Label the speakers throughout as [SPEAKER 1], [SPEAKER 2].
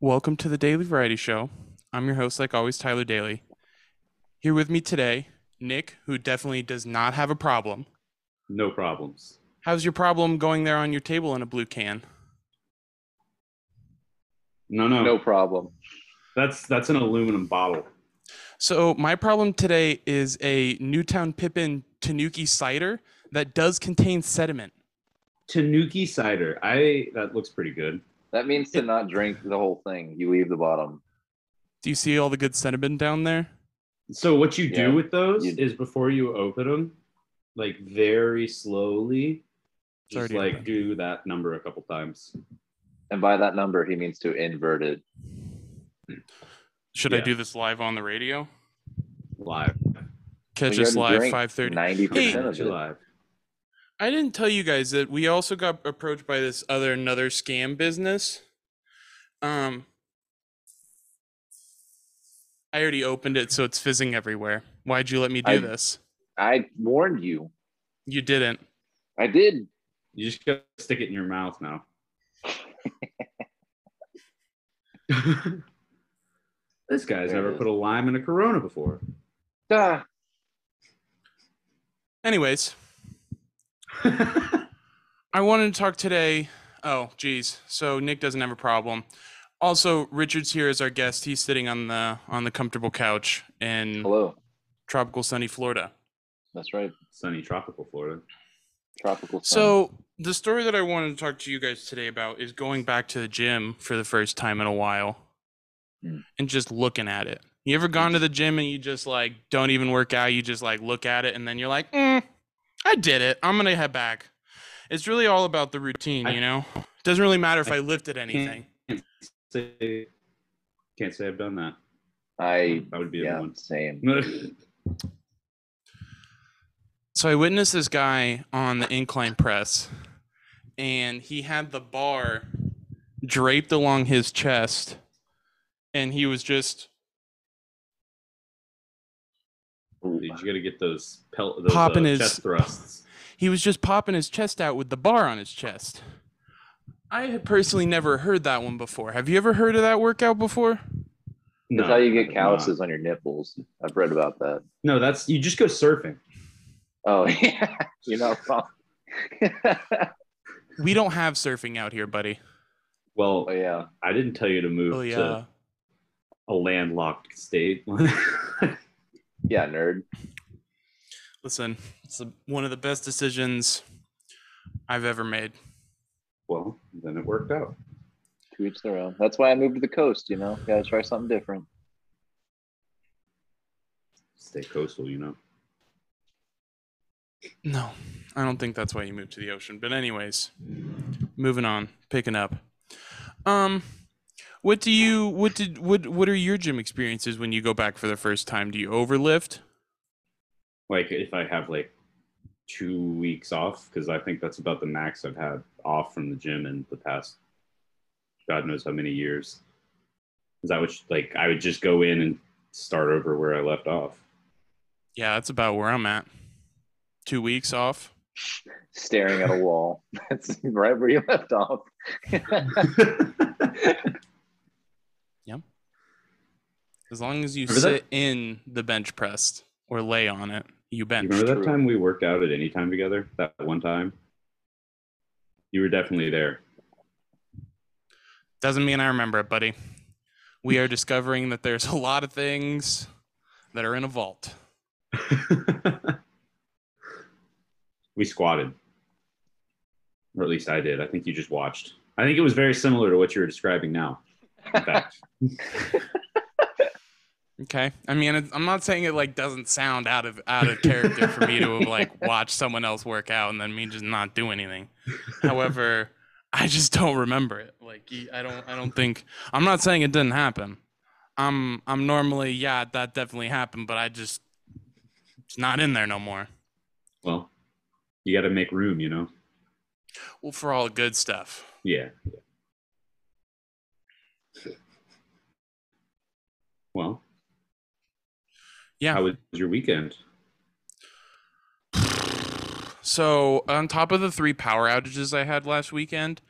[SPEAKER 1] Welcome to the Daily Variety Show. I'm your host, like always, Tyler Daly. Here with me today, Nick, who definitely does not have a problem.
[SPEAKER 2] No problems.
[SPEAKER 1] How's your problem going there on your table in a blue can?
[SPEAKER 2] No, no,
[SPEAKER 3] No problem.
[SPEAKER 2] That's that's an aluminum bottle.
[SPEAKER 1] So, my problem today is a Newtown Pippin Tanuki cider that does contain sediment.
[SPEAKER 2] Tanuki cider. I that looks pretty good.
[SPEAKER 3] That means to not drink the whole thing. You leave the bottom.
[SPEAKER 1] Do you see all the good sediment down there?
[SPEAKER 2] So what you do
[SPEAKER 3] Yeah.
[SPEAKER 2] with those
[SPEAKER 3] You-
[SPEAKER 2] is before you open them, like very slowly,
[SPEAKER 1] It's
[SPEAKER 2] just
[SPEAKER 1] already
[SPEAKER 2] like
[SPEAKER 1] open.
[SPEAKER 2] do that number a couple times.
[SPEAKER 3] And by that number, he means to invert it.
[SPEAKER 1] Should I
[SPEAKER 2] Yeah.
[SPEAKER 1] do this live on the radio?
[SPEAKER 2] Live.
[SPEAKER 1] Catch
[SPEAKER 3] We
[SPEAKER 1] us
[SPEAKER 3] already
[SPEAKER 1] live
[SPEAKER 3] drank
[SPEAKER 1] 5:30.
[SPEAKER 3] 90% of
[SPEAKER 2] Actually
[SPEAKER 3] it.
[SPEAKER 2] live.
[SPEAKER 1] I didn't tell you guys that we also got approached by this other another scam business. Um I already opened it so it's fizzing everywhere. Why'd you let me do
[SPEAKER 3] I-
[SPEAKER 1] this?
[SPEAKER 3] I warned you.
[SPEAKER 1] You didn't.
[SPEAKER 3] I did.
[SPEAKER 2] You just gotta stick it in your mouth now. this guy's
[SPEAKER 3] There it
[SPEAKER 2] never
[SPEAKER 3] is.
[SPEAKER 2] put a lime in a Corona before.
[SPEAKER 3] Duh.
[SPEAKER 1] Anyways, I wanted to talk today. Oh, geez. So Nick doesn't have a problem. Also, Richard's here as our guest. He's sitting on the on the comfortable couch
[SPEAKER 2] Mm.
[SPEAKER 1] in
[SPEAKER 3] Hello.
[SPEAKER 1] tropical sunny Florida.
[SPEAKER 3] That's right.
[SPEAKER 2] Sunny tropical Florida.
[SPEAKER 3] Tropical. sun.
[SPEAKER 1] So the story that I wanted to talk to you guys today about is going back to the gym for the first time in a while
[SPEAKER 3] Mm.
[SPEAKER 1] and just looking at it. You ever gone to the gym and you just like don't even work out, you just like look at it and then you're like, mm, I did it. I'm gonna head back. It's really all about the routine,
[SPEAKER 2] I-
[SPEAKER 1] you know? doesn't really matter if I, Hmm.
[SPEAKER 2] I
[SPEAKER 1] lifted anything.
[SPEAKER 2] Can't say, can't say I've done that.
[SPEAKER 3] I.
[SPEAKER 2] That would be
[SPEAKER 3] Yeah.
[SPEAKER 2] a good
[SPEAKER 3] Same.
[SPEAKER 2] one.
[SPEAKER 1] So I witnessed this guy on the incline press, and he had the bar draped along his chest, and he was just
[SPEAKER 2] Dude, you gotta get those pelt those
[SPEAKER 1] Popping
[SPEAKER 2] uh,
[SPEAKER 1] his-
[SPEAKER 2] chest thrusts.
[SPEAKER 1] he was just popping his chest out with the bar on his chest. I had personally never heard that one before. Have you ever heard of that workout before?
[SPEAKER 3] That's how you
[SPEAKER 2] I'm
[SPEAKER 3] get
[SPEAKER 2] not.
[SPEAKER 3] calluses on your nipples. I've read about that.
[SPEAKER 2] No, that's you just go surfing.
[SPEAKER 3] Oh yeah. You're not wrong. oh
[SPEAKER 1] We don't have surfing out here, buddy.
[SPEAKER 2] Well,
[SPEAKER 3] yeah.
[SPEAKER 2] I didn't tell you to move
[SPEAKER 1] Oh yeah.
[SPEAKER 2] to a landlocked state.
[SPEAKER 3] Yeah, nerd.
[SPEAKER 1] Listen, it's the- one of the best decisions I've ever made.
[SPEAKER 2] well, then it worked out.
[SPEAKER 3] To each their own. That's why I moved to the coast. You know, gotta try something different.
[SPEAKER 2] Stay coastal, you know.
[SPEAKER 1] No, I don't think that's why you moved to the ocean. But anyways, moving on, picking up. Um, what do you what did what what are your gym experiences when you go back for the first time? Do you overlift?
[SPEAKER 2] Like if I have like two weeks off, because I think that's about the max I've had off from the gym in the past God knows how many years. Is that what you- like I would just go in and start over where I left off.
[SPEAKER 1] Yeah, that's about where I'm at. Two weeks off.
[SPEAKER 3] Staring at a wall. That's right where you left off.
[SPEAKER 1] As long as you
[SPEAKER 2] Remember that-
[SPEAKER 1] sit in the bench press or lay on it, you
[SPEAKER 2] You
[SPEAKER 1] bench.
[SPEAKER 2] remember that
[SPEAKER 3] true.
[SPEAKER 2] time we worked out at any time together? That one time? You were definitely there.
[SPEAKER 1] Doesn't mean I remember it, buddy. We are discovering that there's a lot of things that are in a vault.
[SPEAKER 2] we squatted. Or at least I did. I think you just watched. I think it was very similar to what you were describing now. In fact,
[SPEAKER 1] Okay. I mean, it- I'm not saying it like doesn't sound out of out of character for me to like watch someone else work out and then me just not do anything. However, I just don't remember it. Like y- I don't I don't think I'm not saying it didn't happen. I'm I'm normally yeah, that definitely happened, but I just it's not in there no more.
[SPEAKER 2] well, you got to make room, you know?
[SPEAKER 1] Well, for all good stuff.
[SPEAKER 2] Yeah. Well,
[SPEAKER 1] Yeah.
[SPEAKER 2] how was your weekend?
[SPEAKER 1] So, on top of the three power outages I had last weekend,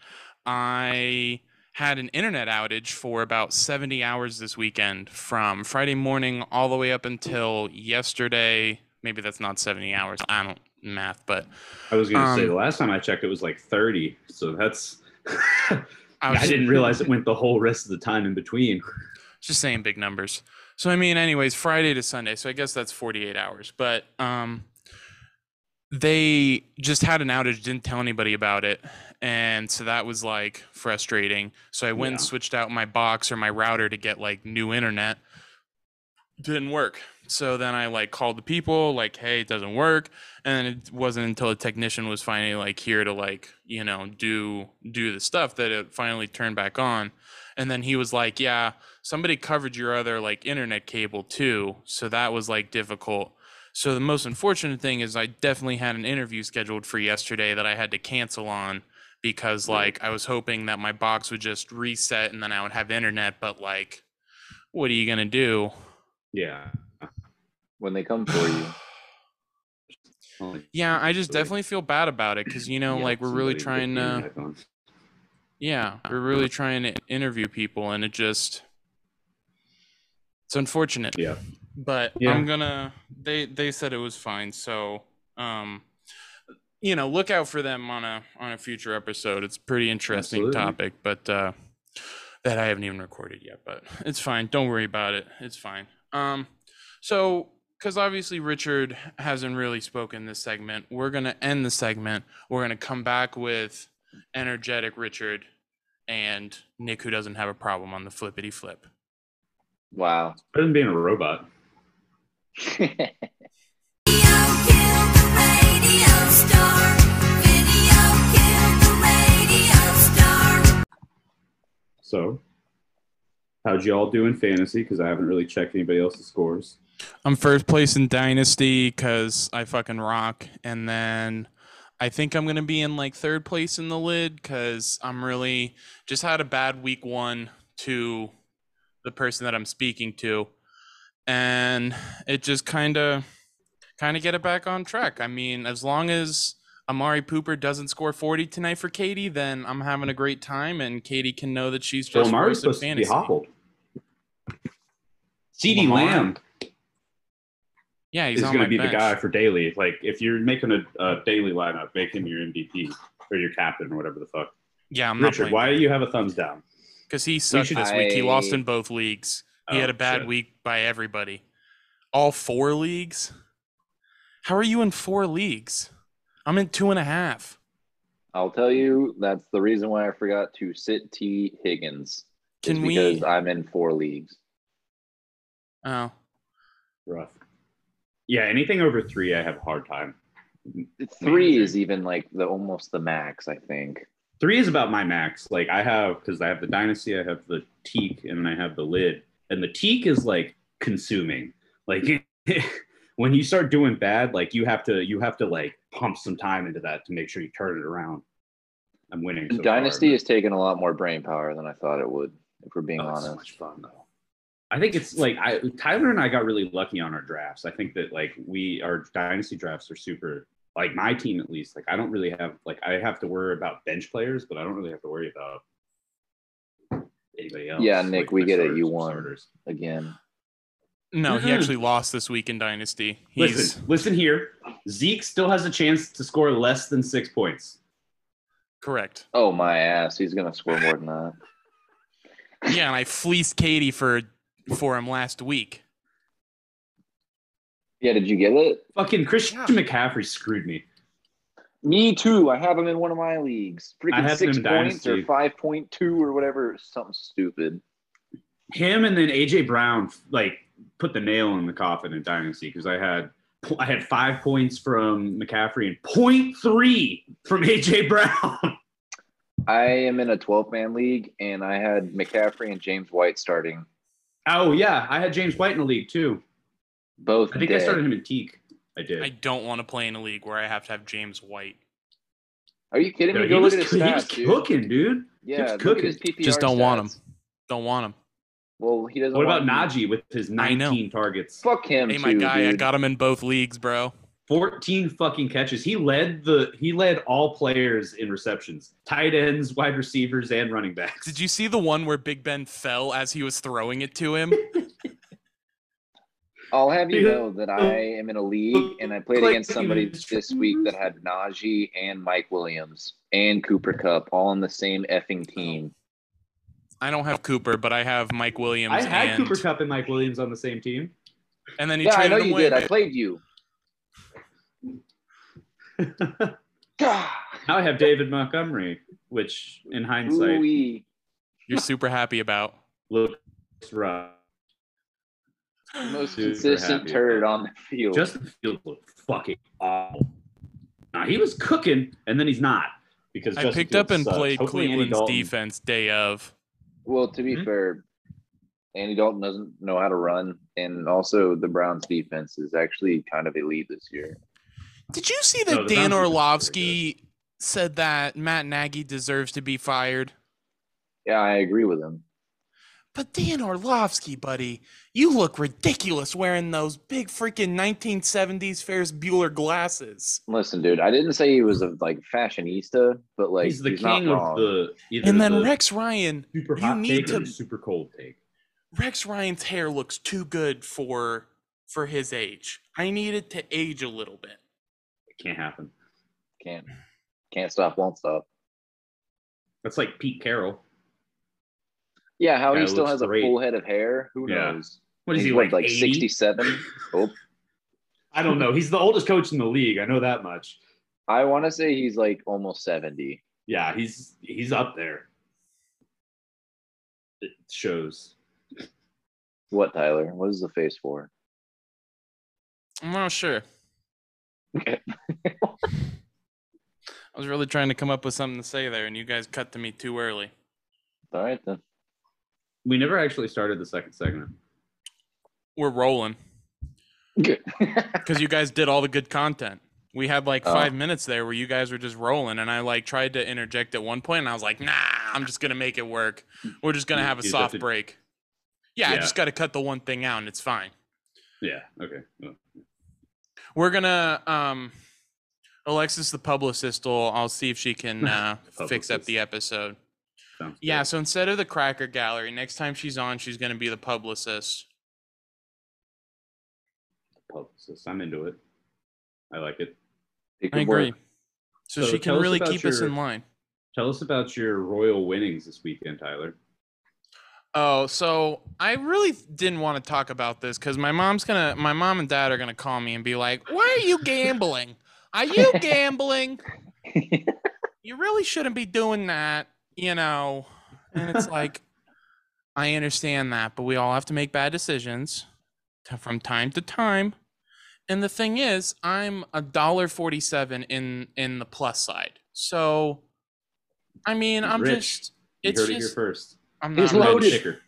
[SPEAKER 1] I had an internet outage for about 70 hours this weekend from Friday morning all the way up until yesterday. Maybe that's not 70 hours. I don't math, but
[SPEAKER 2] I was gonna say
[SPEAKER 1] Um,
[SPEAKER 2] the last time I checked, it was like thirty. So that's.
[SPEAKER 1] I was
[SPEAKER 2] I didn't realize it went the whole rest of the time in between.
[SPEAKER 1] just saying big numbers. So I mean, anyways, Friday to Sunday. So I guess that's 48 hours. But um, they just had an outage, didn't tell anybody about it, and so that was like frustrating. So I went and
[SPEAKER 2] Yeah.
[SPEAKER 1] switched out my box or my router to get like new internet. Didn't work. So then I like called the people, like, hey, it doesn't work. And it wasn't until a technician was finally like here to like, you know, do do the stuff that it finally turned back on. And then he was like, yeah, somebody covered your other like internet cable too so that was like difficult so the most unfortunate thing is i definitely had an interview scheduled for yesterday that i had to cancel on because
[SPEAKER 2] Right.
[SPEAKER 1] like i was hoping that my box would just reset and then i would have internet but like what are you gonna do
[SPEAKER 2] Yeah.
[SPEAKER 3] when they come for you.
[SPEAKER 2] Only-
[SPEAKER 1] yeah i just
[SPEAKER 2] Really?
[SPEAKER 1] definitely feel bad about it because you know
[SPEAKER 2] yeah,
[SPEAKER 1] like we're really
[SPEAKER 2] somebody
[SPEAKER 1] trying
[SPEAKER 2] with
[SPEAKER 1] to
[SPEAKER 2] the internet on.
[SPEAKER 1] Yeah, we're really trying to interview people, and it just it's unfortunate.
[SPEAKER 2] Yeah.
[SPEAKER 1] But
[SPEAKER 2] Yeah.
[SPEAKER 1] I'm gonna. They they said it was fine, so um, you know, look out for them on a on a future episode. It's a pretty interesting
[SPEAKER 2] Absolutely.
[SPEAKER 1] topic, but uh, that I haven't even recorded yet. But it's fine. Don't worry about it. It's fine. Um, so because obviously Richard hasn't really spoken this segment, we're gonna end the segment. We're gonna come back with energetic Richard and Nick, who doesn't have a problem on the flippity flip.
[SPEAKER 3] Wow.
[SPEAKER 2] Better than being a robot.
[SPEAKER 4] Video killed the radio star. Video killed the radio star.
[SPEAKER 2] So, how'd you all do in fantasy? Because I haven't really checked anybody else's scores.
[SPEAKER 1] I'm first place in Dynasty because I fucking rock. And then I think I'm going to be in like third place in the lid because I'm really just had a bad week one to the person that I'm speaking to. And it just kind of, kind of get it back on track. I mean, as long as Amari Pooper doesn't score 40 tonight for Katie, then I'm having a great time. And Katie can know that she's
[SPEAKER 2] So
[SPEAKER 1] just
[SPEAKER 2] Amari's
[SPEAKER 1] first in
[SPEAKER 2] supposed to be
[SPEAKER 1] fantasy.
[SPEAKER 2] hobbled. CD
[SPEAKER 1] Lamar
[SPEAKER 2] Lamb
[SPEAKER 1] Yeah, he's
[SPEAKER 2] is
[SPEAKER 1] on
[SPEAKER 2] going
[SPEAKER 1] my
[SPEAKER 2] to be
[SPEAKER 1] bench.
[SPEAKER 2] the guy for daily. Like, if you're making a, a daily lineup, make him your MVP or your captain or whatever the fuck.
[SPEAKER 1] Yeah, I'm not
[SPEAKER 2] Richard,
[SPEAKER 1] playing.
[SPEAKER 2] why do you have a thumbs down?
[SPEAKER 1] Because he sucked this week. He lost
[SPEAKER 3] I-
[SPEAKER 1] in both leagues. He
[SPEAKER 2] Oh,
[SPEAKER 1] had a bad
[SPEAKER 2] shit.
[SPEAKER 1] week by everybody. All four leagues? How are you in four leagues? I'm in two and a half.
[SPEAKER 3] I'll tell you, that's the reason why I forgot to sit T Higgins. is
[SPEAKER 1] Can we-
[SPEAKER 3] because I'm in four leagues.
[SPEAKER 1] Oh.
[SPEAKER 2] Rough. Yeah, anything over three, I have a hard time.
[SPEAKER 3] Three
[SPEAKER 2] Manager.
[SPEAKER 3] is even like the almost the max, I think.
[SPEAKER 2] Three is about my max. Like I have because I have the dynasty, I have the teak, and I have the lid. And the teak is like consuming. Like when you start doing bad, like you have to you have to like pump some time into that to make sure you turn it around. I'm winning. So
[SPEAKER 3] Dynasty
[SPEAKER 2] far,
[SPEAKER 3] is taking a lot more brain power than I thought it would, if we're being
[SPEAKER 2] but- oh, it's so
[SPEAKER 3] honest.
[SPEAKER 2] much fun though. I think it's like I Tyler and I got really lucky on our drafts. I think that like we our dynasty drafts are super like my team at least. Like I don't really have like I have to worry about bench players, but I don't really have to worry about anybody else.
[SPEAKER 3] Yeah, Nick,
[SPEAKER 2] like,
[SPEAKER 3] we
[SPEAKER 2] my
[SPEAKER 3] get it.
[SPEAKER 2] starters
[SPEAKER 3] You
[SPEAKER 2] and
[SPEAKER 3] won.
[SPEAKER 2] starters.
[SPEAKER 3] Again.
[SPEAKER 1] No, he
[SPEAKER 2] Mhm.
[SPEAKER 1] actually lost this week in Dynasty. He's
[SPEAKER 2] Listen, listen here. Zeke still has a chance to score less than six points.
[SPEAKER 1] correct.
[SPEAKER 3] Oh my ass, he's gonna score more than that.
[SPEAKER 1] Yeah, and I fleeced Katie for for him last week.
[SPEAKER 3] Yeah, did you get it?
[SPEAKER 2] Fucking Christian
[SPEAKER 1] Yeah.
[SPEAKER 2] McCaffrey screwed me.
[SPEAKER 3] Me too. I have him in one of my leagues.
[SPEAKER 2] I
[SPEAKER 3] Freaking
[SPEAKER 2] have
[SPEAKER 3] six
[SPEAKER 2] him in
[SPEAKER 3] points or
[SPEAKER 2] Dynasty.
[SPEAKER 3] five point two or whatever. Something stupid.
[SPEAKER 2] him and then AJ Brown like put the nail in the coffin in Dynasty because I had I had five points from McCaffrey and point three from AJ Brown.
[SPEAKER 3] I am in a twelve man league and I had McCaffrey and James White starting.
[SPEAKER 2] oh yeah, I had James White in the league too.
[SPEAKER 3] Both
[SPEAKER 2] I think I
[SPEAKER 3] dead.
[SPEAKER 2] started him in Teak. I did.
[SPEAKER 1] I don't want to play in a league where I have to have James White.
[SPEAKER 3] Are you kidding me?
[SPEAKER 2] Dude,
[SPEAKER 3] Go
[SPEAKER 2] he,
[SPEAKER 3] look
[SPEAKER 2] was,
[SPEAKER 3] at his
[SPEAKER 2] he
[SPEAKER 3] stats,
[SPEAKER 2] was
[SPEAKER 3] dude.
[SPEAKER 2] cooking, dude.
[SPEAKER 3] Yeah,
[SPEAKER 2] was
[SPEAKER 3] look at his PPR
[SPEAKER 1] Just don't want
[SPEAKER 3] stats.
[SPEAKER 1] Don't want him.
[SPEAKER 3] Well, he doesn't.
[SPEAKER 2] What about
[SPEAKER 3] want
[SPEAKER 2] Najee with his
[SPEAKER 1] I know.
[SPEAKER 2] 19 targets?
[SPEAKER 3] Fuck him.
[SPEAKER 1] Hey, my
[SPEAKER 3] too,
[SPEAKER 1] guy, I
[SPEAKER 3] dude.
[SPEAKER 1] got him in both leagues, bro.
[SPEAKER 2] 14 fucking catches. He led the he led all players in receptions, tight ends, wide receivers, and running backs.
[SPEAKER 1] Did you see the one where Big Ben fell as he was throwing it to him?
[SPEAKER 3] I'll have you know that I am in a league and I played against somebody this week that had Najee and Mike Williams and Cooper Cup all on the same effing team.
[SPEAKER 1] I don't have Cooper, but I have Mike Williams.
[SPEAKER 2] I had
[SPEAKER 1] and,
[SPEAKER 2] Cooper Cup and Mike Williams on the same team.
[SPEAKER 1] and then he
[SPEAKER 3] yeah, I
[SPEAKER 1] traded
[SPEAKER 3] know
[SPEAKER 1] him
[SPEAKER 3] you
[SPEAKER 1] away.
[SPEAKER 3] did. I played you. God,
[SPEAKER 2] Now I have David Montgomery, which in hindsight
[SPEAKER 3] ooh-wee.
[SPEAKER 1] You're super happy about.
[SPEAKER 2] looks rough.
[SPEAKER 3] most
[SPEAKER 2] Super
[SPEAKER 3] consistent
[SPEAKER 2] happy.
[SPEAKER 3] turd on the field.
[SPEAKER 2] Justin Fields looked fucking awful. Nah, he was cooking, and then he's not because
[SPEAKER 1] I
[SPEAKER 2] Justin
[SPEAKER 1] picked up
[SPEAKER 2] Fields
[SPEAKER 1] and
[SPEAKER 2] sucks.
[SPEAKER 1] played
[SPEAKER 2] Hopefully Andy
[SPEAKER 1] Cleveland's
[SPEAKER 2] Dalton-
[SPEAKER 1] defense day of.
[SPEAKER 3] well, to be
[SPEAKER 2] Mhm.
[SPEAKER 3] fair, Andy Dalton doesn't know how to run, and also the Browns defense is actually kind of elite this year.
[SPEAKER 1] Did you see that
[SPEAKER 2] No, the
[SPEAKER 1] Dan
[SPEAKER 2] Browns defense is really
[SPEAKER 1] Orlovsky said that Matt Nagy deserves to be fired?
[SPEAKER 3] Yeah, I agree with him.
[SPEAKER 1] But Dan Orlovsky, buddy, you look ridiculous wearing those big freaking 1970s Ferris Bueller glasses.
[SPEAKER 3] Listen, dude, I didn't say he was a like fashionista, but like
[SPEAKER 2] he's the
[SPEAKER 3] not
[SPEAKER 2] king of
[SPEAKER 3] wrong.
[SPEAKER 2] the either
[SPEAKER 1] And then
[SPEAKER 2] the
[SPEAKER 1] Rex Ryan,
[SPEAKER 2] super
[SPEAKER 1] you
[SPEAKER 2] hot
[SPEAKER 1] need
[SPEAKER 2] take
[SPEAKER 1] to-
[SPEAKER 2] or the super cold take.
[SPEAKER 1] Rex Ryan's hair looks too good for for his age. I need it to age a little bit.
[SPEAKER 2] It can't happen.
[SPEAKER 3] can't can't stop, won't stop.
[SPEAKER 2] That's like Pete Carroll.
[SPEAKER 3] Yeah, how
[SPEAKER 2] Guy
[SPEAKER 3] he still
[SPEAKER 2] looks
[SPEAKER 3] has a
[SPEAKER 2] great.
[SPEAKER 3] full head of hair, who
[SPEAKER 2] Yeah.
[SPEAKER 3] knows?
[SPEAKER 2] What is
[SPEAKER 3] He's
[SPEAKER 2] he
[SPEAKER 3] what,
[SPEAKER 2] like?
[SPEAKER 3] like
[SPEAKER 2] 80?
[SPEAKER 3] 67? oh,
[SPEAKER 2] I don't know. He's the oldest coach in the league. I know that much.
[SPEAKER 3] I want to say he's like almost 70.
[SPEAKER 2] Yeah, he's he's up there. It shows.
[SPEAKER 3] What, Tyler? What is the face for?
[SPEAKER 1] I'm not sure. I was really trying to come up with something to say there, and you guys cut to me too early.
[SPEAKER 3] All right, then.
[SPEAKER 2] We never actually started the second segment.
[SPEAKER 1] We're rolling
[SPEAKER 3] Good.
[SPEAKER 1] because you guys did all the good content. We had like
[SPEAKER 3] Oh.
[SPEAKER 1] five minutes there where you guys were just rolling, and I like tried to interject at one point, and I was like, "Nah, I'm just gonna make it work. We're just gonna
[SPEAKER 2] You-
[SPEAKER 1] have a
[SPEAKER 2] you just have
[SPEAKER 1] soft
[SPEAKER 2] to-
[SPEAKER 1] break." Yeah, I
[SPEAKER 2] Yeah.
[SPEAKER 1] just got to cut the one thing out, and it's fine.
[SPEAKER 2] Yeah. Okay. Well,
[SPEAKER 1] We're gonna um Alexis the publicist will I'll see if she can uh fix up
[SPEAKER 2] Publicist.
[SPEAKER 1] the episode.
[SPEAKER 2] sounds
[SPEAKER 1] Yeah,
[SPEAKER 2] good.
[SPEAKER 1] so instead of the cracker gallery, next time she's on, she's gonna be the publicist.
[SPEAKER 2] Publicist. I'm into it. I like it.
[SPEAKER 3] It
[SPEAKER 1] I
[SPEAKER 3] could work.
[SPEAKER 1] agree. So,
[SPEAKER 2] So
[SPEAKER 1] she can
[SPEAKER 2] tell us
[SPEAKER 1] really
[SPEAKER 2] about
[SPEAKER 1] keep us in
[SPEAKER 2] your-
[SPEAKER 1] line.
[SPEAKER 2] Tell us about your royal winnings this weekend, Tyler.
[SPEAKER 1] Oh, so I really didn't want to talk about this because my mom's gonna, my mom and dad are gonna call me and be like, "Why are you gambling? Are you gambling? you really shouldn't be doing that, you know." And it's like, I understand that, but we all have to make bad decisions t- from time to time. And the thing is, I'm a dollar forty-seven in in the plus side. So, I mean,
[SPEAKER 2] He's
[SPEAKER 1] I'm
[SPEAKER 2] rich.
[SPEAKER 1] just,
[SPEAKER 2] You
[SPEAKER 1] it's
[SPEAKER 2] heard it here
[SPEAKER 1] just,
[SPEAKER 2] first.
[SPEAKER 1] I'm
[SPEAKER 3] He's
[SPEAKER 1] not.
[SPEAKER 2] Red
[SPEAKER 1] rich.
[SPEAKER 3] loaded.
[SPEAKER 2] ticker.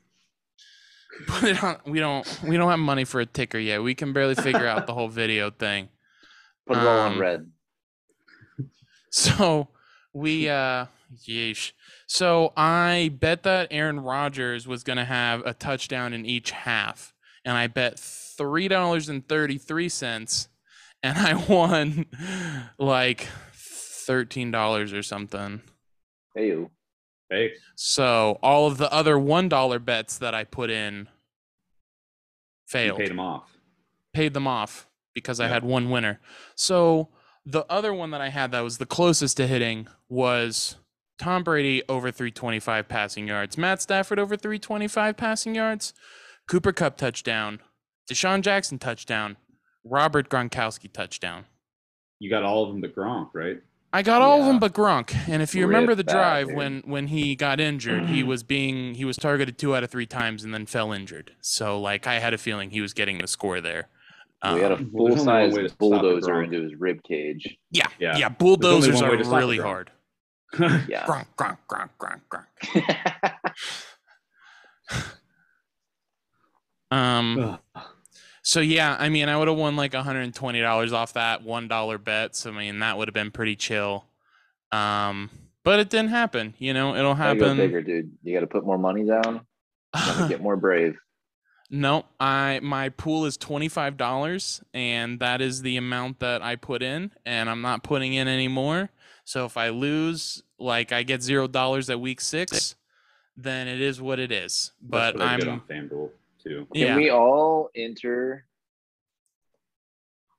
[SPEAKER 1] Put it on. We don't. We don't have money for a ticker yet. We can barely figure out the whole video thing.
[SPEAKER 3] Put it all on
[SPEAKER 1] Um,
[SPEAKER 3] red.
[SPEAKER 1] So we. uh Yeesh. So I bet that Aaron Rodgers was gonna have a touchdown in each half, and I bet three dollars and thirty-three cents, and I won like thirteen dollars or something.
[SPEAKER 3] Hey, you.
[SPEAKER 2] Hey,
[SPEAKER 1] So all of the other one dollar bets that I put in
[SPEAKER 2] you
[SPEAKER 1] failed.
[SPEAKER 2] paid him off.
[SPEAKER 1] paid them off because I
[SPEAKER 2] Yeah.
[SPEAKER 1] had one winner. So the other one that I had that was the closest to hitting was Tom Brady over 325 passing yards, Matt Stafford over 325 passing yards, Cooper Cup touchdown, Deshaun Jackson touchdown, Robert Gronkowski touchdown.
[SPEAKER 2] You got all of them to Gronk, right?
[SPEAKER 1] I got all of them
[SPEAKER 3] Yeah.
[SPEAKER 1] but Gronk. And if you remember
[SPEAKER 3] Rip
[SPEAKER 1] the
[SPEAKER 3] that,
[SPEAKER 1] drive
[SPEAKER 3] dude. Mm-hmm.
[SPEAKER 1] when when he got injured, he was being he was targeted two out of three times and then fell injured. So like I had a feeling he was getting the score there.
[SPEAKER 3] we had a
[SPEAKER 1] Um,
[SPEAKER 2] well,
[SPEAKER 3] full
[SPEAKER 2] there's only one
[SPEAKER 3] size
[SPEAKER 2] way to stop the
[SPEAKER 3] bulldozer
[SPEAKER 2] Gronk.
[SPEAKER 3] into his rib cage.
[SPEAKER 1] yeah, yeah,
[SPEAKER 2] Yeah.
[SPEAKER 1] bulldozers
[SPEAKER 2] one
[SPEAKER 1] are
[SPEAKER 2] way to stop a
[SPEAKER 1] really
[SPEAKER 2] Gronk.
[SPEAKER 1] hard.
[SPEAKER 3] Yeah.
[SPEAKER 1] Gronk, gronk, gronk, gronk, gronk. Um,
[SPEAKER 2] Ugh.
[SPEAKER 1] so yeah, I mean, I would have won like $120 off that $1 bet. So I mean, that would have been pretty chill. Um, but it didn't happen. You know, it'll
[SPEAKER 3] Gotta go
[SPEAKER 1] happen.
[SPEAKER 3] bigger, dude. You got to put more money down. Gotta get more brave.
[SPEAKER 1] No, I my pool is twenty five dollars, and that is the amount that I put in, and I'm not putting in anymore. So if I lose, like I get zero dollars at week six, then it is what it is.
[SPEAKER 2] That's
[SPEAKER 1] But
[SPEAKER 2] what I did
[SPEAKER 1] I'm
[SPEAKER 2] on FanDuel too.
[SPEAKER 3] Can
[SPEAKER 1] yeah.
[SPEAKER 3] we all enter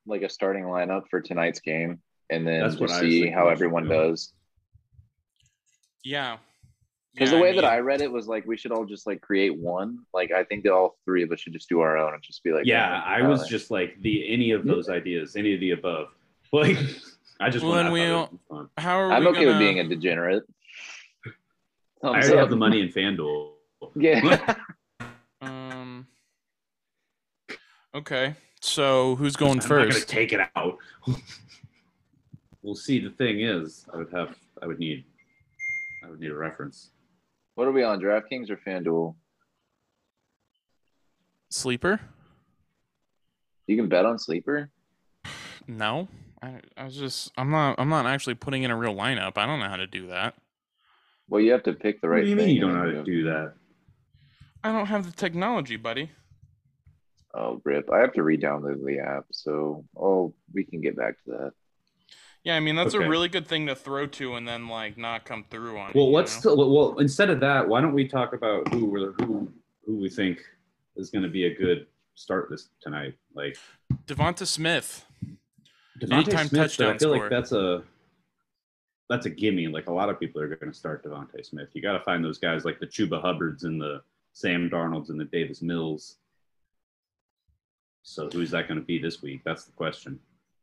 [SPEAKER 3] like a starting lineup for tonight's game and then
[SPEAKER 2] That's
[SPEAKER 3] we'll
[SPEAKER 2] what I was
[SPEAKER 3] see
[SPEAKER 2] thinking
[SPEAKER 3] how
[SPEAKER 2] we should
[SPEAKER 3] everyone
[SPEAKER 2] do.
[SPEAKER 3] does?
[SPEAKER 1] Yeah.
[SPEAKER 3] Because
[SPEAKER 1] Yeah,
[SPEAKER 3] the way that
[SPEAKER 1] mean-
[SPEAKER 3] I read it was like we should all just like create one. Like I think that all three of us should just do our own and just be like,
[SPEAKER 2] yeah, I was
[SPEAKER 3] uh,
[SPEAKER 2] just like the any of those ideas, any of the above. Like I just
[SPEAKER 1] Well, then
[SPEAKER 2] went- I
[SPEAKER 1] we
[SPEAKER 2] thought it was fun.
[SPEAKER 1] How are
[SPEAKER 3] I'm
[SPEAKER 1] we
[SPEAKER 3] okay
[SPEAKER 1] gonna...
[SPEAKER 3] with being a degenerate.
[SPEAKER 2] I
[SPEAKER 3] Thumbs
[SPEAKER 2] already
[SPEAKER 3] up.
[SPEAKER 2] have the money in FanDuel.
[SPEAKER 3] Yeah.
[SPEAKER 1] Um. Okay, so who's going
[SPEAKER 2] I'm not gonna
[SPEAKER 1] 1st
[SPEAKER 2] take it out. we'll see. The thing is, I would have, I would need, I would need a reference.
[SPEAKER 3] what are we on, DraftKings or FanDuel?
[SPEAKER 1] Sleeper?
[SPEAKER 3] You can bet on sleeper.
[SPEAKER 1] No, I, I was just I'm not I'm not actually putting in a real lineup. I don't know how to do that.
[SPEAKER 3] Well, you have to pick the right
[SPEAKER 2] what do you
[SPEAKER 3] thing.
[SPEAKER 2] mean you don't
[SPEAKER 3] and
[SPEAKER 2] know how
[SPEAKER 3] then
[SPEAKER 2] to do that?
[SPEAKER 1] I don't have the technology, buddy.
[SPEAKER 3] Oh, rip. I have to re-download the app. So, oh, we can get back to that.
[SPEAKER 1] Yeah, I mean that's
[SPEAKER 2] Okay.
[SPEAKER 1] a really good thing to throw to and then like not come through on.
[SPEAKER 2] Well,
[SPEAKER 1] you
[SPEAKER 2] let's
[SPEAKER 1] know?
[SPEAKER 2] still, well instead of that, why don't we talk about who we're, who who we think is going to be a good start this tonight? Like
[SPEAKER 1] Devonta Smith?
[SPEAKER 2] Devontae
[SPEAKER 1] Anytime
[SPEAKER 2] Smith,
[SPEAKER 1] touchdown
[SPEAKER 2] I feel
[SPEAKER 1] scorer.
[SPEAKER 2] like that's a that's a gimme. Like a lot of people are going to start Devontae Smith. You got to find those guys like the Chuba Hubbards and the Sam Darnolds and the Davis Mills. So who's that going to be this week? That's the question,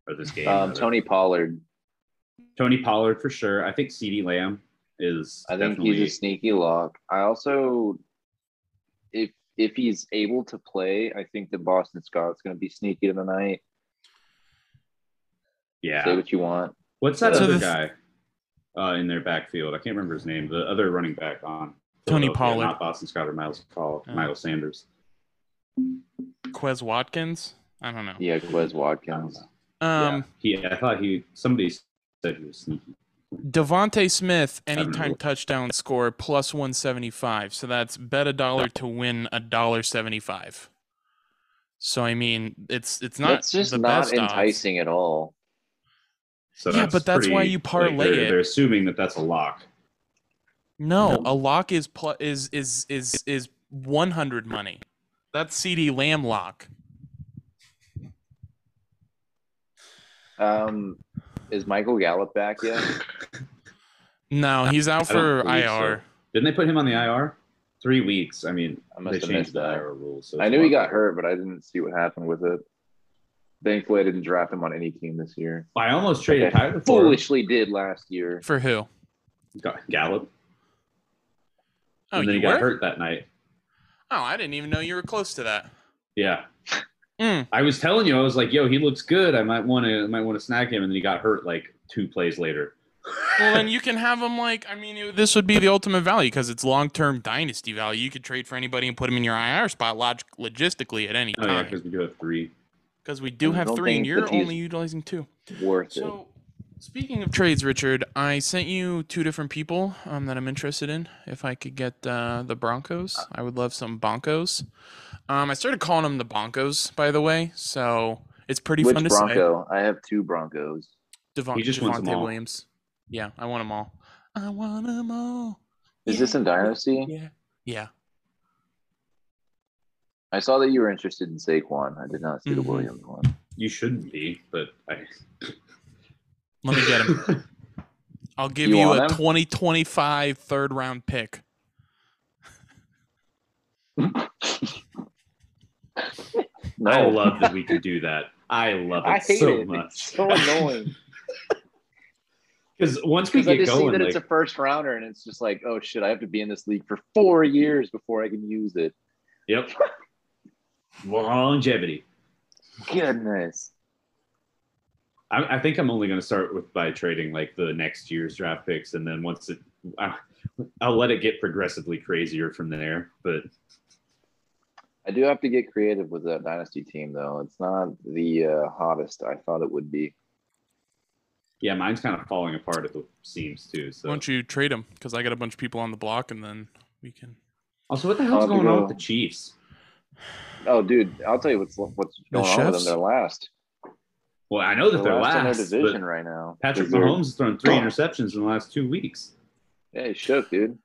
[SPEAKER 2] or this game.
[SPEAKER 3] Um,
[SPEAKER 2] rather.
[SPEAKER 3] Tony Pollard.
[SPEAKER 2] Tony Pollard for sure. I think Ceedee Lamb is.
[SPEAKER 3] I think
[SPEAKER 2] definitely,
[SPEAKER 3] he's a sneaky lock. I also, if if he's able to play, I think that Boston Scott's going to be sneaky tonight. Say
[SPEAKER 2] yeah.
[SPEAKER 3] what you want.
[SPEAKER 2] What's that
[SPEAKER 3] So
[SPEAKER 2] other
[SPEAKER 1] the-
[SPEAKER 2] guy uh, in their backfield? I can't remember his name. The other running back on
[SPEAKER 1] Tony
[SPEAKER 2] Philadelphia,
[SPEAKER 1] Pollard.
[SPEAKER 2] not Boston Scott or Miles Call,
[SPEAKER 1] Oh.
[SPEAKER 2] Miles Sanders.
[SPEAKER 1] Quez Watkins? I don't know.
[SPEAKER 3] Yeah, Quez
[SPEAKER 2] I don't
[SPEAKER 3] Watkins.
[SPEAKER 2] know.
[SPEAKER 1] Um,
[SPEAKER 2] He, I thought he. Somebody said he was sneaky.
[SPEAKER 1] Devonte Smith
[SPEAKER 2] don't
[SPEAKER 1] anytime
[SPEAKER 2] know.
[SPEAKER 1] touchdown score plus 175. So that's bet a dollar to win a dollar 75. So I mean, it's it's not
[SPEAKER 3] That's just
[SPEAKER 1] the
[SPEAKER 3] not
[SPEAKER 1] best odds.
[SPEAKER 3] enticing at all.
[SPEAKER 2] So
[SPEAKER 1] Yeah, but that's why you parlay
[SPEAKER 2] they're,
[SPEAKER 1] it.
[SPEAKER 2] They're assuming that that's a lock.
[SPEAKER 1] No, a lock is pl- is is is is 100 money. That's CD Lamb lock.
[SPEAKER 3] Um, is Michael Gallup back yet?
[SPEAKER 1] No, he's out
[SPEAKER 2] I don't
[SPEAKER 1] for
[SPEAKER 2] believe
[SPEAKER 1] IR.
[SPEAKER 2] Didn't they put him on the IR? Three weeks. I mean,
[SPEAKER 3] I
[SPEAKER 2] they
[SPEAKER 3] must have
[SPEAKER 2] changed
[SPEAKER 3] missed
[SPEAKER 2] the
[SPEAKER 3] that.
[SPEAKER 2] IR rules. So
[SPEAKER 3] I
[SPEAKER 2] it's
[SPEAKER 3] knew he
[SPEAKER 2] one-
[SPEAKER 3] got hurt, but I didn't see what happened with it. Thankfully, I didn't draft him on any team this year.
[SPEAKER 2] I almost traded
[SPEAKER 3] Okay.
[SPEAKER 2] Tyler for him.
[SPEAKER 3] Foolishly did last year.
[SPEAKER 1] For who?
[SPEAKER 2] Ga- Gallup,
[SPEAKER 1] Oh,
[SPEAKER 2] and then
[SPEAKER 1] you
[SPEAKER 2] he got
[SPEAKER 1] were?
[SPEAKER 2] hurt that night.
[SPEAKER 1] Oh, I didn't even know you were close to that.
[SPEAKER 2] Yeah,
[SPEAKER 1] Mm,
[SPEAKER 2] I was telling you, I was like, "Yo, he looks good. I might want to, might want to snag him." And then he got hurt like two plays later.
[SPEAKER 1] Well, then you can have him like I mean, it- this would be the ultimate value because it's long-term dynasty value. You could trade for anybody and put him in your IR spot log- logistically at any
[SPEAKER 2] Oh yeah,
[SPEAKER 1] time
[SPEAKER 2] because we do have three.
[SPEAKER 1] because we do
[SPEAKER 3] I
[SPEAKER 1] have
[SPEAKER 3] don't
[SPEAKER 1] three, and
[SPEAKER 3] think
[SPEAKER 1] you're
[SPEAKER 3] that he's-
[SPEAKER 1] only utilizing two.
[SPEAKER 3] Worth it.
[SPEAKER 1] So, speaking of trades, Richard, I sent you two different people um, that I'm interested in. If I could get uh, the Broncos, I would love some Broncos. Um, I started calling them the Broncos, by the way, so it's pretty
[SPEAKER 3] Which
[SPEAKER 1] fun to say.
[SPEAKER 3] Bronco? I have two Broncos.
[SPEAKER 1] Devon-
[SPEAKER 2] He just wants them
[SPEAKER 1] Devontae
[SPEAKER 2] all.
[SPEAKER 1] Williams. Yeah, I want them all. I want them all.
[SPEAKER 3] Is this in Dynasty?
[SPEAKER 1] Yeah. Yeah.
[SPEAKER 3] I saw that you were interested in Saquon. I did not see the
[SPEAKER 1] Mhm.
[SPEAKER 3] Williams one.
[SPEAKER 2] You shouldn't be, but I.
[SPEAKER 1] Let me get him. I'll give
[SPEAKER 3] You
[SPEAKER 1] you,
[SPEAKER 3] want
[SPEAKER 1] a
[SPEAKER 3] him?
[SPEAKER 1] 2025 third round pick.
[SPEAKER 3] No,
[SPEAKER 2] I love that we can do that. I love it
[SPEAKER 3] I hate
[SPEAKER 2] so
[SPEAKER 3] it. It's
[SPEAKER 2] much.
[SPEAKER 3] so annoying
[SPEAKER 2] Because once we
[SPEAKER 3] because I
[SPEAKER 2] get
[SPEAKER 3] just see
[SPEAKER 2] going,
[SPEAKER 3] that
[SPEAKER 2] like,
[SPEAKER 3] it's a first rounder, and it's just like, oh shit, I have to be in this league for four years before I can use it.
[SPEAKER 2] yep, longevity.
[SPEAKER 3] Goodness.
[SPEAKER 2] I, I think I'm only going to start with by trading like the next year's draft picks, and then once it, I, I'll let it get progressively crazier from there. But
[SPEAKER 3] I do have to get creative with that dynasty team, though. It's not the uh, hottest I thought it would be.
[SPEAKER 2] yeah, mine's kind of falling apart at the seams too. So
[SPEAKER 1] Why don't you trade him? Because I got a bunch of people on the block, and then we can.
[SPEAKER 2] also, what the
[SPEAKER 3] I'll
[SPEAKER 2] hell's
[SPEAKER 3] have to
[SPEAKER 2] going on
[SPEAKER 3] go.
[SPEAKER 2] with the Chiefs?
[SPEAKER 3] Oh, dude, I'll tell you what's what's
[SPEAKER 1] The
[SPEAKER 3] going on with them.
[SPEAKER 1] chefs?
[SPEAKER 3] They're last.
[SPEAKER 2] Well, I know that they're,
[SPEAKER 3] in their
[SPEAKER 2] last. but
[SPEAKER 3] division right now.
[SPEAKER 2] Patrick
[SPEAKER 3] They're-
[SPEAKER 2] Mahomes has thrown three interceptions in the last two weeks.
[SPEAKER 3] Yeah, he shook, dude.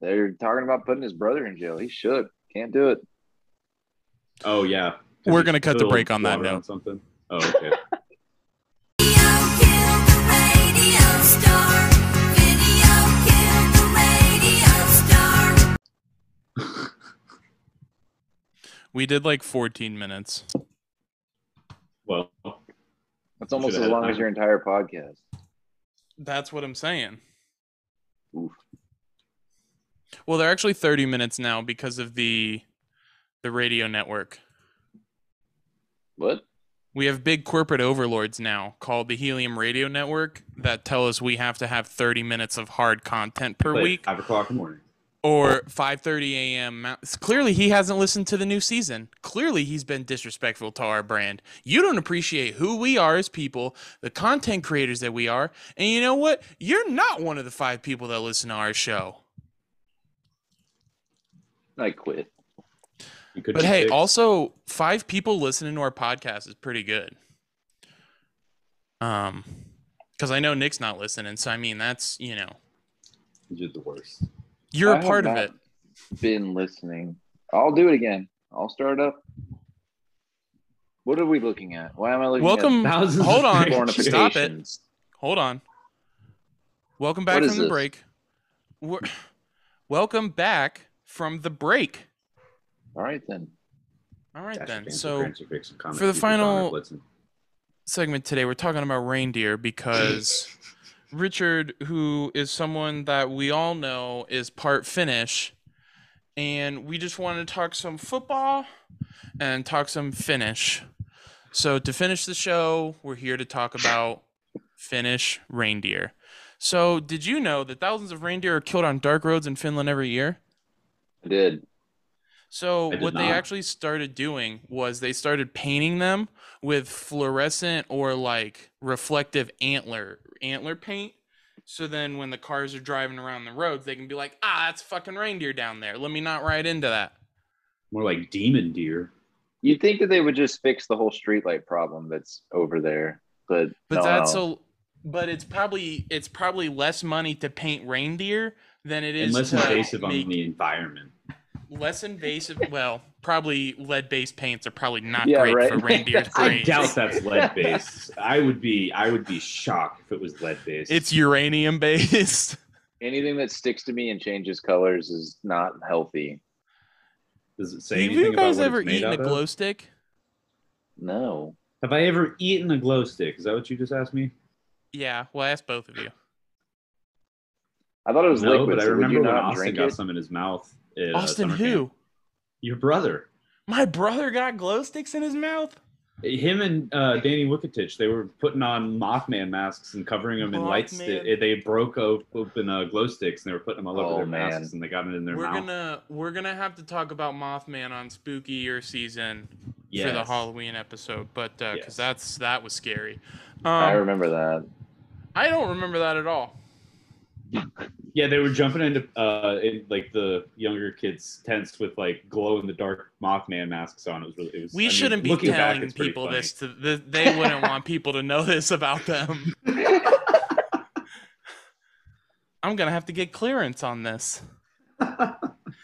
[SPEAKER 3] They're talking about putting his brother in jail. He shook. Can't do it.
[SPEAKER 2] Oh yeah.
[SPEAKER 1] We're gonna cut the
[SPEAKER 2] Little
[SPEAKER 1] break on that
[SPEAKER 2] water
[SPEAKER 1] note.
[SPEAKER 2] Something. Oh okay.
[SPEAKER 4] Video killed the radio star. Video killed the radio star.
[SPEAKER 1] We did like 14 minutes.
[SPEAKER 2] well,
[SPEAKER 3] That's almost
[SPEAKER 2] Should've
[SPEAKER 3] as
[SPEAKER 2] had
[SPEAKER 3] long
[SPEAKER 2] time.
[SPEAKER 3] as your entire podcast.
[SPEAKER 1] That's what I'm saying.
[SPEAKER 3] Oof.
[SPEAKER 1] Well, they're actually 30 minutes now because of the the radio network.
[SPEAKER 3] What?
[SPEAKER 1] We have big corporate overlords now called the Helium Radio Network that tell us we have to have 30 minutes of hard content per
[SPEAKER 2] like
[SPEAKER 1] week
[SPEAKER 2] Five o'clock in the morning.
[SPEAKER 1] or 5:30 a.m. Mount- Clearly he hasn't listened to the new season. Clearly he's been disrespectful to our brand. You don't appreciate who we are as people, the content creators that we are. And you know what? You're not one of the five people that listen to our show.
[SPEAKER 3] I quit.
[SPEAKER 2] You could
[SPEAKER 1] But
[SPEAKER 2] be
[SPEAKER 1] hey,
[SPEAKER 2] sick.
[SPEAKER 1] also five people listening to our podcast is pretty good. Um, because I know Nick's not listening, so I mean that's you know
[SPEAKER 2] you did the worst.
[SPEAKER 1] you're
[SPEAKER 3] I
[SPEAKER 1] a
[SPEAKER 3] have
[SPEAKER 1] part of
[SPEAKER 3] not
[SPEAKER 1] it.
[SPEAKER 3] Been listening. I'll do it again. I'll start up. What are we looking at? Why am I looking
[SPEAKER 1] Welcome,
[SPEAKER 2] Thousands of
[SPEAKER 1] hold
[SPEAKER 3] at
[SPEAKER 1] on,
[SPEAKER 2] pictures.
[SPEAKER 1] stop it,
[SPEAKER 3] pornifications?
[SPEAKER 1] hold on. Welcome back
[SPEAKER 3] What
[SPEAKER 1] from
[SPEAKER 3] is
[SPEAKER 1] the
[SPEAKER 3] this?
[SPEAKER 1] break. We're, welcome back from the break.
[SPEAKER 3] All right then.
[SPEAKER 1] All right
[SPEAKER 2] Dash
[SPEAKER 1] then.
[SPEAKER 2] advance,
[SPEAKER 1] So
[SPEAKER 2] advance, advance, and comment,
[SPEAKER 1] for the
[SPEAKER 2] keep it on,
[SPEAKER 1] final-
[SPEAKER 2] listen.
[SPEAKER 1] segment today we're talking about reindeer because Richard, who is someone that we all know is part Finnish, and we just wanted to talk some football and talk some Finnish. So to finish the show, we're here to talk about Finnish reindeer. So did you know that thousands of reindeer are killed on dark roads in Finland every year?
[SPEAKER 3] I did.
[SPEAKER 1] So
[SPEAKER 2] I did
[SPEAKER 1] what they
[SPEAKER 2] not.
[SPEAKER 1] actually started doing was they started painting them with fluorescent or like reflective antler antler paint. So then when the cars are driving around the roads, they can be like, "Ah, that's fucking reindeer down there. Let me not ride into that."
[SPEAKER 2] More like demon deer.
[SPEAKER 3] You'd think that they would just fix the whole streetlight problem that's over there, but
[SPEAKER 1] But
[SPEAKER 3] no,
[SPEAKER 1] that's
[SPEAKER 3] no.
[SPEAKER 1] a but it's probably it's probably less money to paint reindeer than it is
[SPEAKER 2] And less
[SPEAKER 1] to
[SPEAKER 2] invasive on
[SPEAKER 1] make
[SPEAKER 2] the environment.
[SPEAKER 1] less invasive. well, probably lead-based paints are probably not
[SPEAKER 3] Yeah,
[SPEAKER 1] great
[SPEAKER 3] right.
[SPEAKER 1] for reindeer's
[SPEAKER 2] I
[SPEAKER 1] brains.
[SPEAKER 2] doubt that's lead based. I would be I would be shocked if it was lead based.
[SPEAKER 1] It's uranium based.
[SPEAKER 3] anything that sticks to me and changes colors is not healthy.
[SPEAKER 2] Does it say
[SPEAKER 1] Have
[SPEAKER 2] anything
[SPEAKER 1] you guys
[SPEAKER 2] about what
[SPEAKER 1] ever
[SPEAKER 2] it's made
[SPEAKER 1] eaten a
[SPEAKER 2] out of?
[SPEAKER 1] glow stick?
[SPEAKER 3] No.
[SPEAKER 2] Have I ever eaten a glow stick? Is that what you just asked me?
[SPEAKER 1] Yeah, well, I asked both of you.
[SPEAKER 3] I thought it was
[SPEAKER 2] No,
[SPEAKER 3] liquid.
[SPEAKER 2] but I
[SPEAKER 3] so would you
[SPEAKER 2] remember when
[SPEAKER 3] not
[SPEAKER 2] Austin
[SPEAKER 3] drink
[SPEAKER 2] got
[SPEAKER 3] it?
[SPEAKER 2] some in his mouth. at, uh,
[SPEAKER 1] Austin,
[SPEAKER 2] summer
[SPEAKER 1] who?
[SPEAKER 2] camp. Your brother.
[SPEAKER 1] My brother got glow sticks in his mouth.
[SPEAKER 2] Him and uh, Danny Wuketich, they were putting on Mothman masks and covering them in lights.
[SPEAKER 1] Mothman.
[SPEAKER 2] They, they broke o- open uh, glow sticks and they were putting them all over
[SPEAKER 3] Oh,
[SPEAKER 2] their
[SPEAKER 3] man.
[SPEAKER 2] masks and they got it in their
[SPEAKER 1] We're
[SPEAKER 2] mouth.
[SPEAKER 1] gonna we're gonna have to talk about Mothman on Spooky Year season for the
[SPEAKER 2] Yes.
[SPEAKER 1] Halloween episode, but because
[SPEAKER 2] Yes.
[SPEAKER 1] that's that was scary. Um,
[SPEAKER 3] I
[SPEAKER 1] I,
[SPEAKER 3] remember that.
[SPEAKER 1] don't remember that at all.
[SPEAKER 2] Yeah, they were jumping into uh, in, like the younger kids' tents with like glow in the dark Mothman masks on. It was really. It was, I
[SPEAKER 1] We
[SPEAKER 2] mean,
[SPEAKER 1] shouldn't be
[SPEAKER 2] looking back,
[SPEAKER 1] telling
[SPEAKER 2] it's pretty
[SPEAKER 1] people
[SPEAKER 2] funny.
[SPEAKER 1] this. To th they wouldn't want people to know this about them. I'm gonna have to get clearance on this.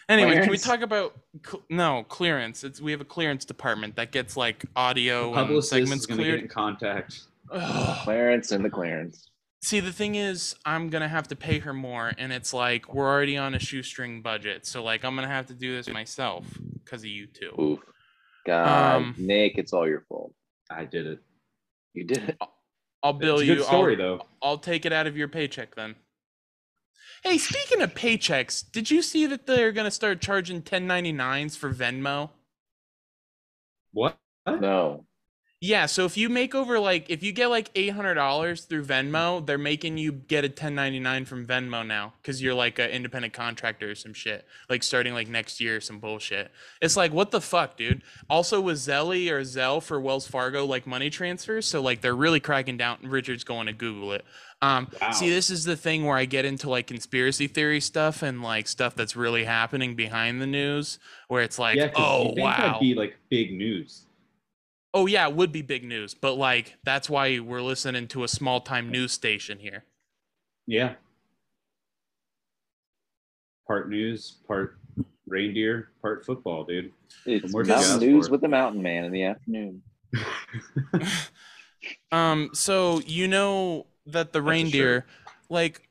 [SPEAKER 1] Anyway, can we
[SPEAKER 3] Clearance?
[SPEAKER 1] talk about cl- no clearance? It's we have a clearance department that gets like audio and
[SPEAKER 2] Publicist
[SPEAKER 1] segments
[SPEAKER 2] is going to
[SPEAKER 1] cleared.
[SPEAKER 2] get in contact.
[SPEAKER 1] Ugh.
[SPEAKER 3] Clarence and the Clarence.
[SPEAKER 1] See, the thing is, I'm gonna have to pay her more, and it's like we're already on a shoestring budget, so like I'm gonna have to do this myself because of you two.
[SPEAKER 3] Oof. God,
[SPEAKER 1] Um,
[SPEAKER 3] Nick, it's all your fault.
[SPEAKER 2] I did it.
[SPEAKER 3] You did it.
[SPEAKER 1] I'll bill
[SPEAKER 2] it's a
[SPEAKER 1] you.
[SPEAKER 2] good
[SPEAKER 1] I'll-
[SPEAKER 2] story though.
[SPEAKER 1] I'll take it out of your paycheck then. Hey, speaking of paychecks, did you see that they're gonna start charging 1099s for Venmo?
[SPEAKER 2] What?
[SPEAKER 3] No.
[SPEAKER 1] Yeah, so if you make over like if you get like eight hundred dollars through Venmo, they're making you get a ten ninety nine from Venmo now because you're like an independent contractor or some shit. Like starting like next year or some bullshit. It's like what the fuck, dude. Also with Zelly or Zell for Wells Fargo like money transfers, so like they're really cracking down. Richard's going to Google it. Um, See,
[SPEAKER 2] Wow.
[SPEAKER 1] this is the thing where I get into like conspiracy theory stuff and like stuff that's really happening behind the news, where it's like,
[SPEAKER 2] 'cause you
[SPEAKER 1] oh
[SPEAKER 2] think
[SPEAKER 1] wow,
[SPEAKER 2] that'd be like big news.
[SPEAKER 1] oh yeah, it would be big news, but like that's why we're listening to a small time news station here.
[SPEAKER 2] Yeah. Part news, part reindeer, part football, dude.
[SPEAKER 3] It's
[SPEAKER 2] More
[SPEAKER 3] Mountain
[SPEAKER 2] jazz
[SPEAKER 3] News
[SPEAKER 2] for it.
[SPEAKER 3] with the Mountain Man in the afternoon.
[SPEAKER 1] Um, so you know that the
[SPEAKER 2] a shirt.
[SPEAKER 1] reindeer, like,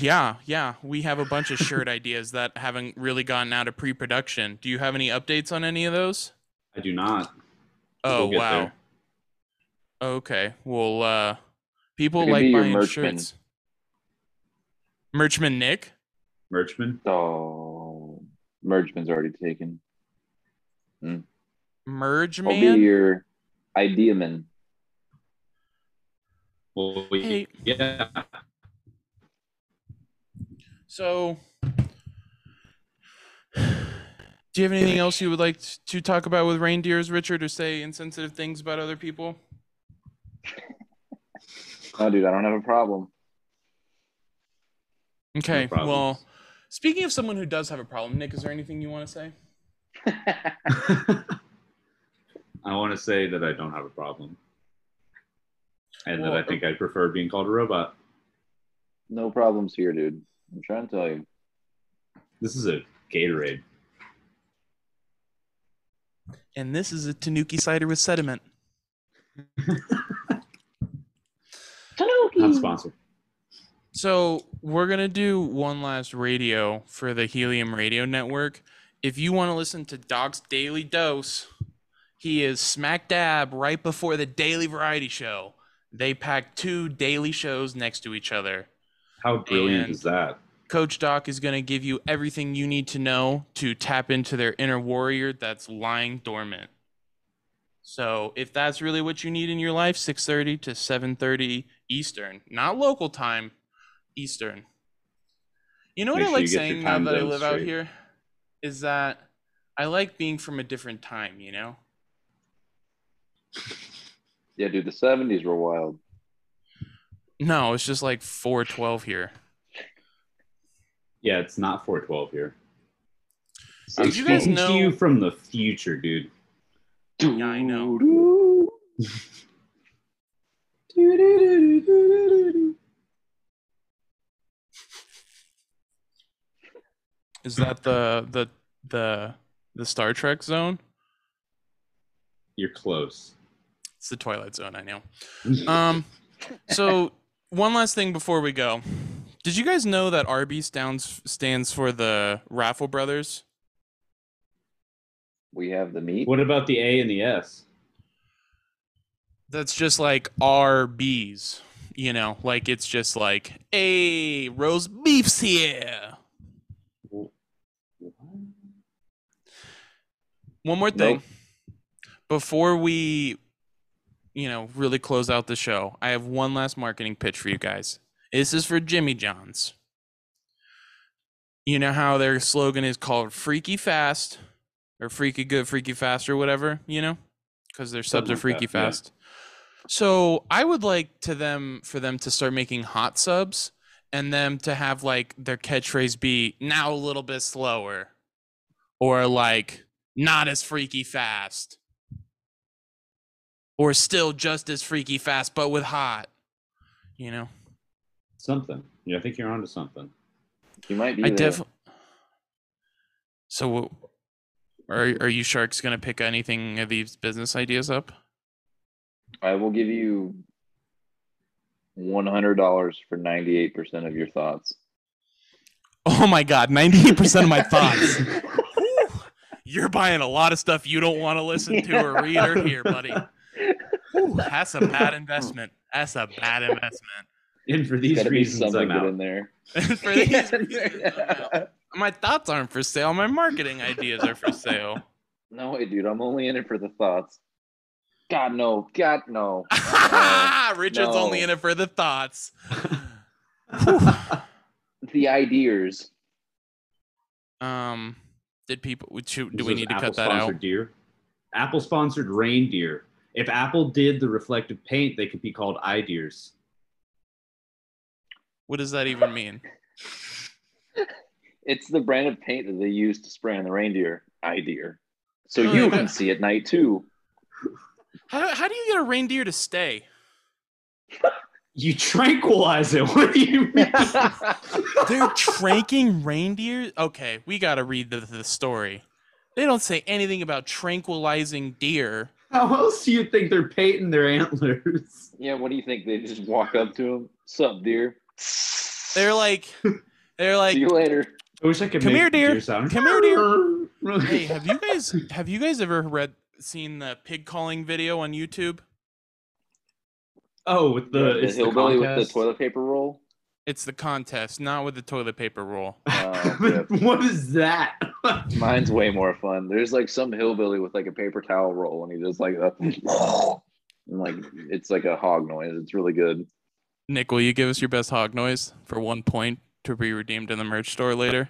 [SPEAKER 1] yeah, yeah, we have a bunch of shirt ideas that haven't really gotten out of pre-production. Do you have any updates on any of those?
[SPEAKER 2] I do not.
[SPEAKER 1] Oh
[SPEAKER 2] We'll get
[SPEAKER 1] wow.
[SPEAKER 2] there.
[SPEAKER 1] Okay. Well, uh, people
[SPEAKER 3] Maybe
[SPEAKER 1] like
[SPEAKER 3] your
[SPEAKER 1] buying
[SPEAKER 3] merchman.
[SPEAKER 1] shirts. Merchman Nick.
[SPEAKER 2] Merchman.
[SPEAKER 3] Oh, Mergeman's already taken.
[SPEAKER 1] Merge
[SPEAKER 3] I'll be
[SPEAKER 1] man.
[SPEAKER 3] your idea man.
[SPEAKER 2] Well, we,
[SPEAKER 1] Hey.
[SPEAKER 2] yeah.
[SPEAKER 1] So, do you have anything else you would like t- to talk about with reindeers, Richard, or say insensitive things about other people?
[SPEAKER 3] No, dude, I don't have a problem.
[SPEAKER 1] Okay.
[SPEAKER 2] problem.
[SPEAKER 1] well, speaking of someone who does have a problem, Nick, is there anything you want to say?
[SPEAKER 2] I want to say that I don't have a problem. And
[SPEAKER 1] Well,
[SPEAKER 2] that I think I prefer being called a robot.
[SPEAKER 3] no problems here, dude. I'm trying to tell you.
[SPEAKER 2] This is a Gatorade.
[SPEAKER 1] And this is a Tanuki cider with sediment.
[SPEAKER 2] Not sponsored.
[SPEAKER 1] So we're gonna do one last radio for the Helium Radio Network. If you want to listen to Doc's Daily Dose, he is smack dab right before the Daily Variety Show. They pack two daily shows next to each other.
[SPEAKER 2] How brilliant
[SPEAKER 1] And-
[SPEAKER 2] is that?
[SPEAKER 1] Coach Doc is going to give you everything you need to know to tap into their inner warrior that's lying dormant. So, if that's really what you need in your life, 6:30 to 7:30 Eastern, not local time, Eastern. You know what
[SPEAKER 2] Make
[SPEAKER 1] I
[SPEAKER 2] sure
[SPEAKER 1] like
[SPEAKER 2] you get your
[SPEAKER 1] saying now
[SPEAKER 2] time
[SPEAKER 1] that I
[SPEAKER 2] zone
[SPEAKER 1] live out
[SPEAKER 2] straight.
[SPEAKER 1] here is that I like being from a different time, you know?
[SPEAKER 3] Yeah, dude, the 70s were wild.
[SPEAKER 1] No, it's just like 4:12 here.
[SPEAKER 2] Yeah, it's not 412 here. I'm
[SPEAKER 1] Did you guys
[SPEAKER 2] speaking
[SPEAKER 1] know-
[SPEAKER 2] to you from the future, dude.
[SPEAKER 1] Yeah, I know. Is that the the the the Star Trek zone?
[SPEAKER 2] You're close.
[SPEAKER 1] It's the Twilight Zone, I know.
[SPEAKER 3] Mm-hmm.
[SPEAKER 1] Um, so one last thing before we go, did you guys know that RB stands stands for the Raffle Brothers?
[SPEAKER 3] We have the meat.
[SPEAKER 2] what about the A and the S?
[SPEAKER 1] That's just like RBs, you know, like it's just like, hey, roast beef's here. One more thing
[SPEAKER 3] Nope.
[SPEAKER 1] before we, you know, really close out the show. I have one last marketing pitch for you guys. This is for Jimmy John's. You know how their slogan is called "Freaky Fast" or "Freaky Good, Freaky Fast" or whatever. You know, because their subs
[SPEAKER 2] Something
[SPEAKER 1] are
[SPEAKER 2] like
[SPEAKER 1] freaky
[SPEAKER 2] that, yeah.
[SPEAKER 1] fast. So I would like to them for them to start making hot subs and them to have like their catchphrase be now a little bit slower or like not as freaky fast or still just as freaky fast but with hot you know
[SPEAKER 2] Something. Yeah, I think you're onto something.
[SPEAKER 3] You might be.
[SPEAKER 1] i
[SPEAKER 3] there.
[SPEAKER 1] def so w- are, are you sharks gonna pick anything of these business ideas up
[SPEAKER 3] I will give you $100 for 98% of your thoughts.
[SPEAKER 1] oh my god 98% of my thoughts Whew. you're buying a lot of stuff you don't want to listen to or read or hear buddy Whew, that's a bad investment that's a bad investment
[SPEAKER 2] And for
[SPEAKER 3] There's
[SPEAKER 2] these
[SPEAKER 3] gotta be
[SPEAKER 2] reasons,
[SPEAKER 3] something
[SPEAKER 2] I'm
[SPEAKER 3] good
[SPEAKER 2] out.
[SPEAKER 3] in there.
[SPEAKER 1] for these reasons, I'm out. my thoughts aren't for sale. My marketing ideas are for sale.
[SPEAKER 3] No way, dude. I'm only in it for the thoughts. God, no. God, no.
[SPEAKER 1] Richard's
[SPEAKER 3] No.
[SPEAKER 1] only in it for the thoughts.
[SPEAKER 3] The ideas.
[SPEAKER 1] um, did people? Should, do
[SPEAKER 2] This
[SPEAKER 1] we
[SPEAKER 2] is
[SPEAKER 1] need to
[SPEAKER 2] Apple
[SPEAKER 1] cut that out?
[SPEAKER 2] sponsored Deer. Apple sponsored reindeer. If Apple did the reflective paint, they could be called eye deers.
[SPEAKER 1] What does that even mean?
[SPEAKER 3] It's the brand of paint that they use to spray on the reindeer. Eye deer. So you can see at night too.
[SPEAKER 1] How, how do you get a reindeer to stay?
[SPEAKER 2] You tranquilize it. What do you mean?
[SPEAKER 1] They're tranking reindeer? Okay, we got to read the, the story. They don't say anything about tranquilizing deer.
[SPEAKER 2] How else do you think they're painting their antlers?
[SPEAKER 3] yeah, what do you think? They just walk up to him. Sup, deer.
[SPEAKER 1] They're like, they're like,
[SPEAKER 3] see you later.
[SPEAKER 2] I wish I could
[SPEAKER 1] Come
[SPEAKER 2] make
[SPEAKER 1] here,
[SPEAKER 2] a deer
[SPEAKER 1] dear.
[SPEAKER 2] sound.
[SPEAKER 1] Come here,
[SPEAKER 2] dear.
[SPEAKER 1] hey, have you guys have you guys ever read seen the pig calling video on YouTube?
[SPEAKER 2] Oh, with the,
[SPEAKER 3] The,
[SPEAKER 2] it's the
[SPEAKER 3] hillbilly with
[SPEAKER 2] contest.
[SPEAKER 3] the toilet paper roll.
[SPEAKER 1] It's the contest, not with the toilet paper roll.
[SPEAKER 3] Oh, rip.
[SPEAKER 2] what is that?
[SPEAKER 3] Mine's way more fun. There's like some hillbilly with like a paper towel roll, and he does like a, and like it's like a hog noise. It's really good.
[SPEAKER 1] Nick, will you give us your best hog noise for one point to be redeemed in the merch store later?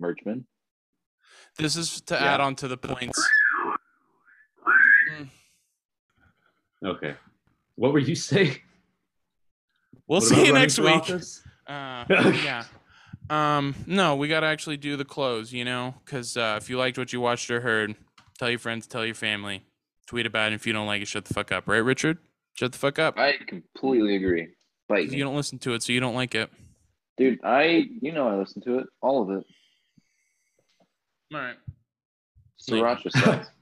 [SPEAKER 3] Merchman.
[SPEAKER 1] This is to
[SPEAKER 2] Yeah.
[SPEAKER 1] add on to the points.
[SPEAKER 2] okay. What were you saying?
[SPEAKER 1] We'll
[SPEAKER 2] What
[SPEAKER 1] see
[SPEAKER 2] about
[SPEAKER 1] you
[SPEAKER 2] running
[SPEAKER 1] next
[SPEAKER 2] for
[SPEAKER 1] week.
[SPEAKER 2] office?
[SPEAKER 1] Uh, yeah. Um, no, we got to actually do the close, you know, because uh, if you liked what you watched or heard, tell your friends, tell your family, tweet about it. If you don't like it, shut the fuck up. Right, Richard? Shut the fuck up.
[SPEAKER 3] I completely agree.
[SPEAKER 1] You
[SPEAKER 3] Bite me.
[SPEAKER 1] don't listen to it, so you don't like it.
[SPEAKER 3] dude. I you know I listen to it, all of it.
[SPEAKER 1] All right.
[SPEAKER 3] Sriracha sucks.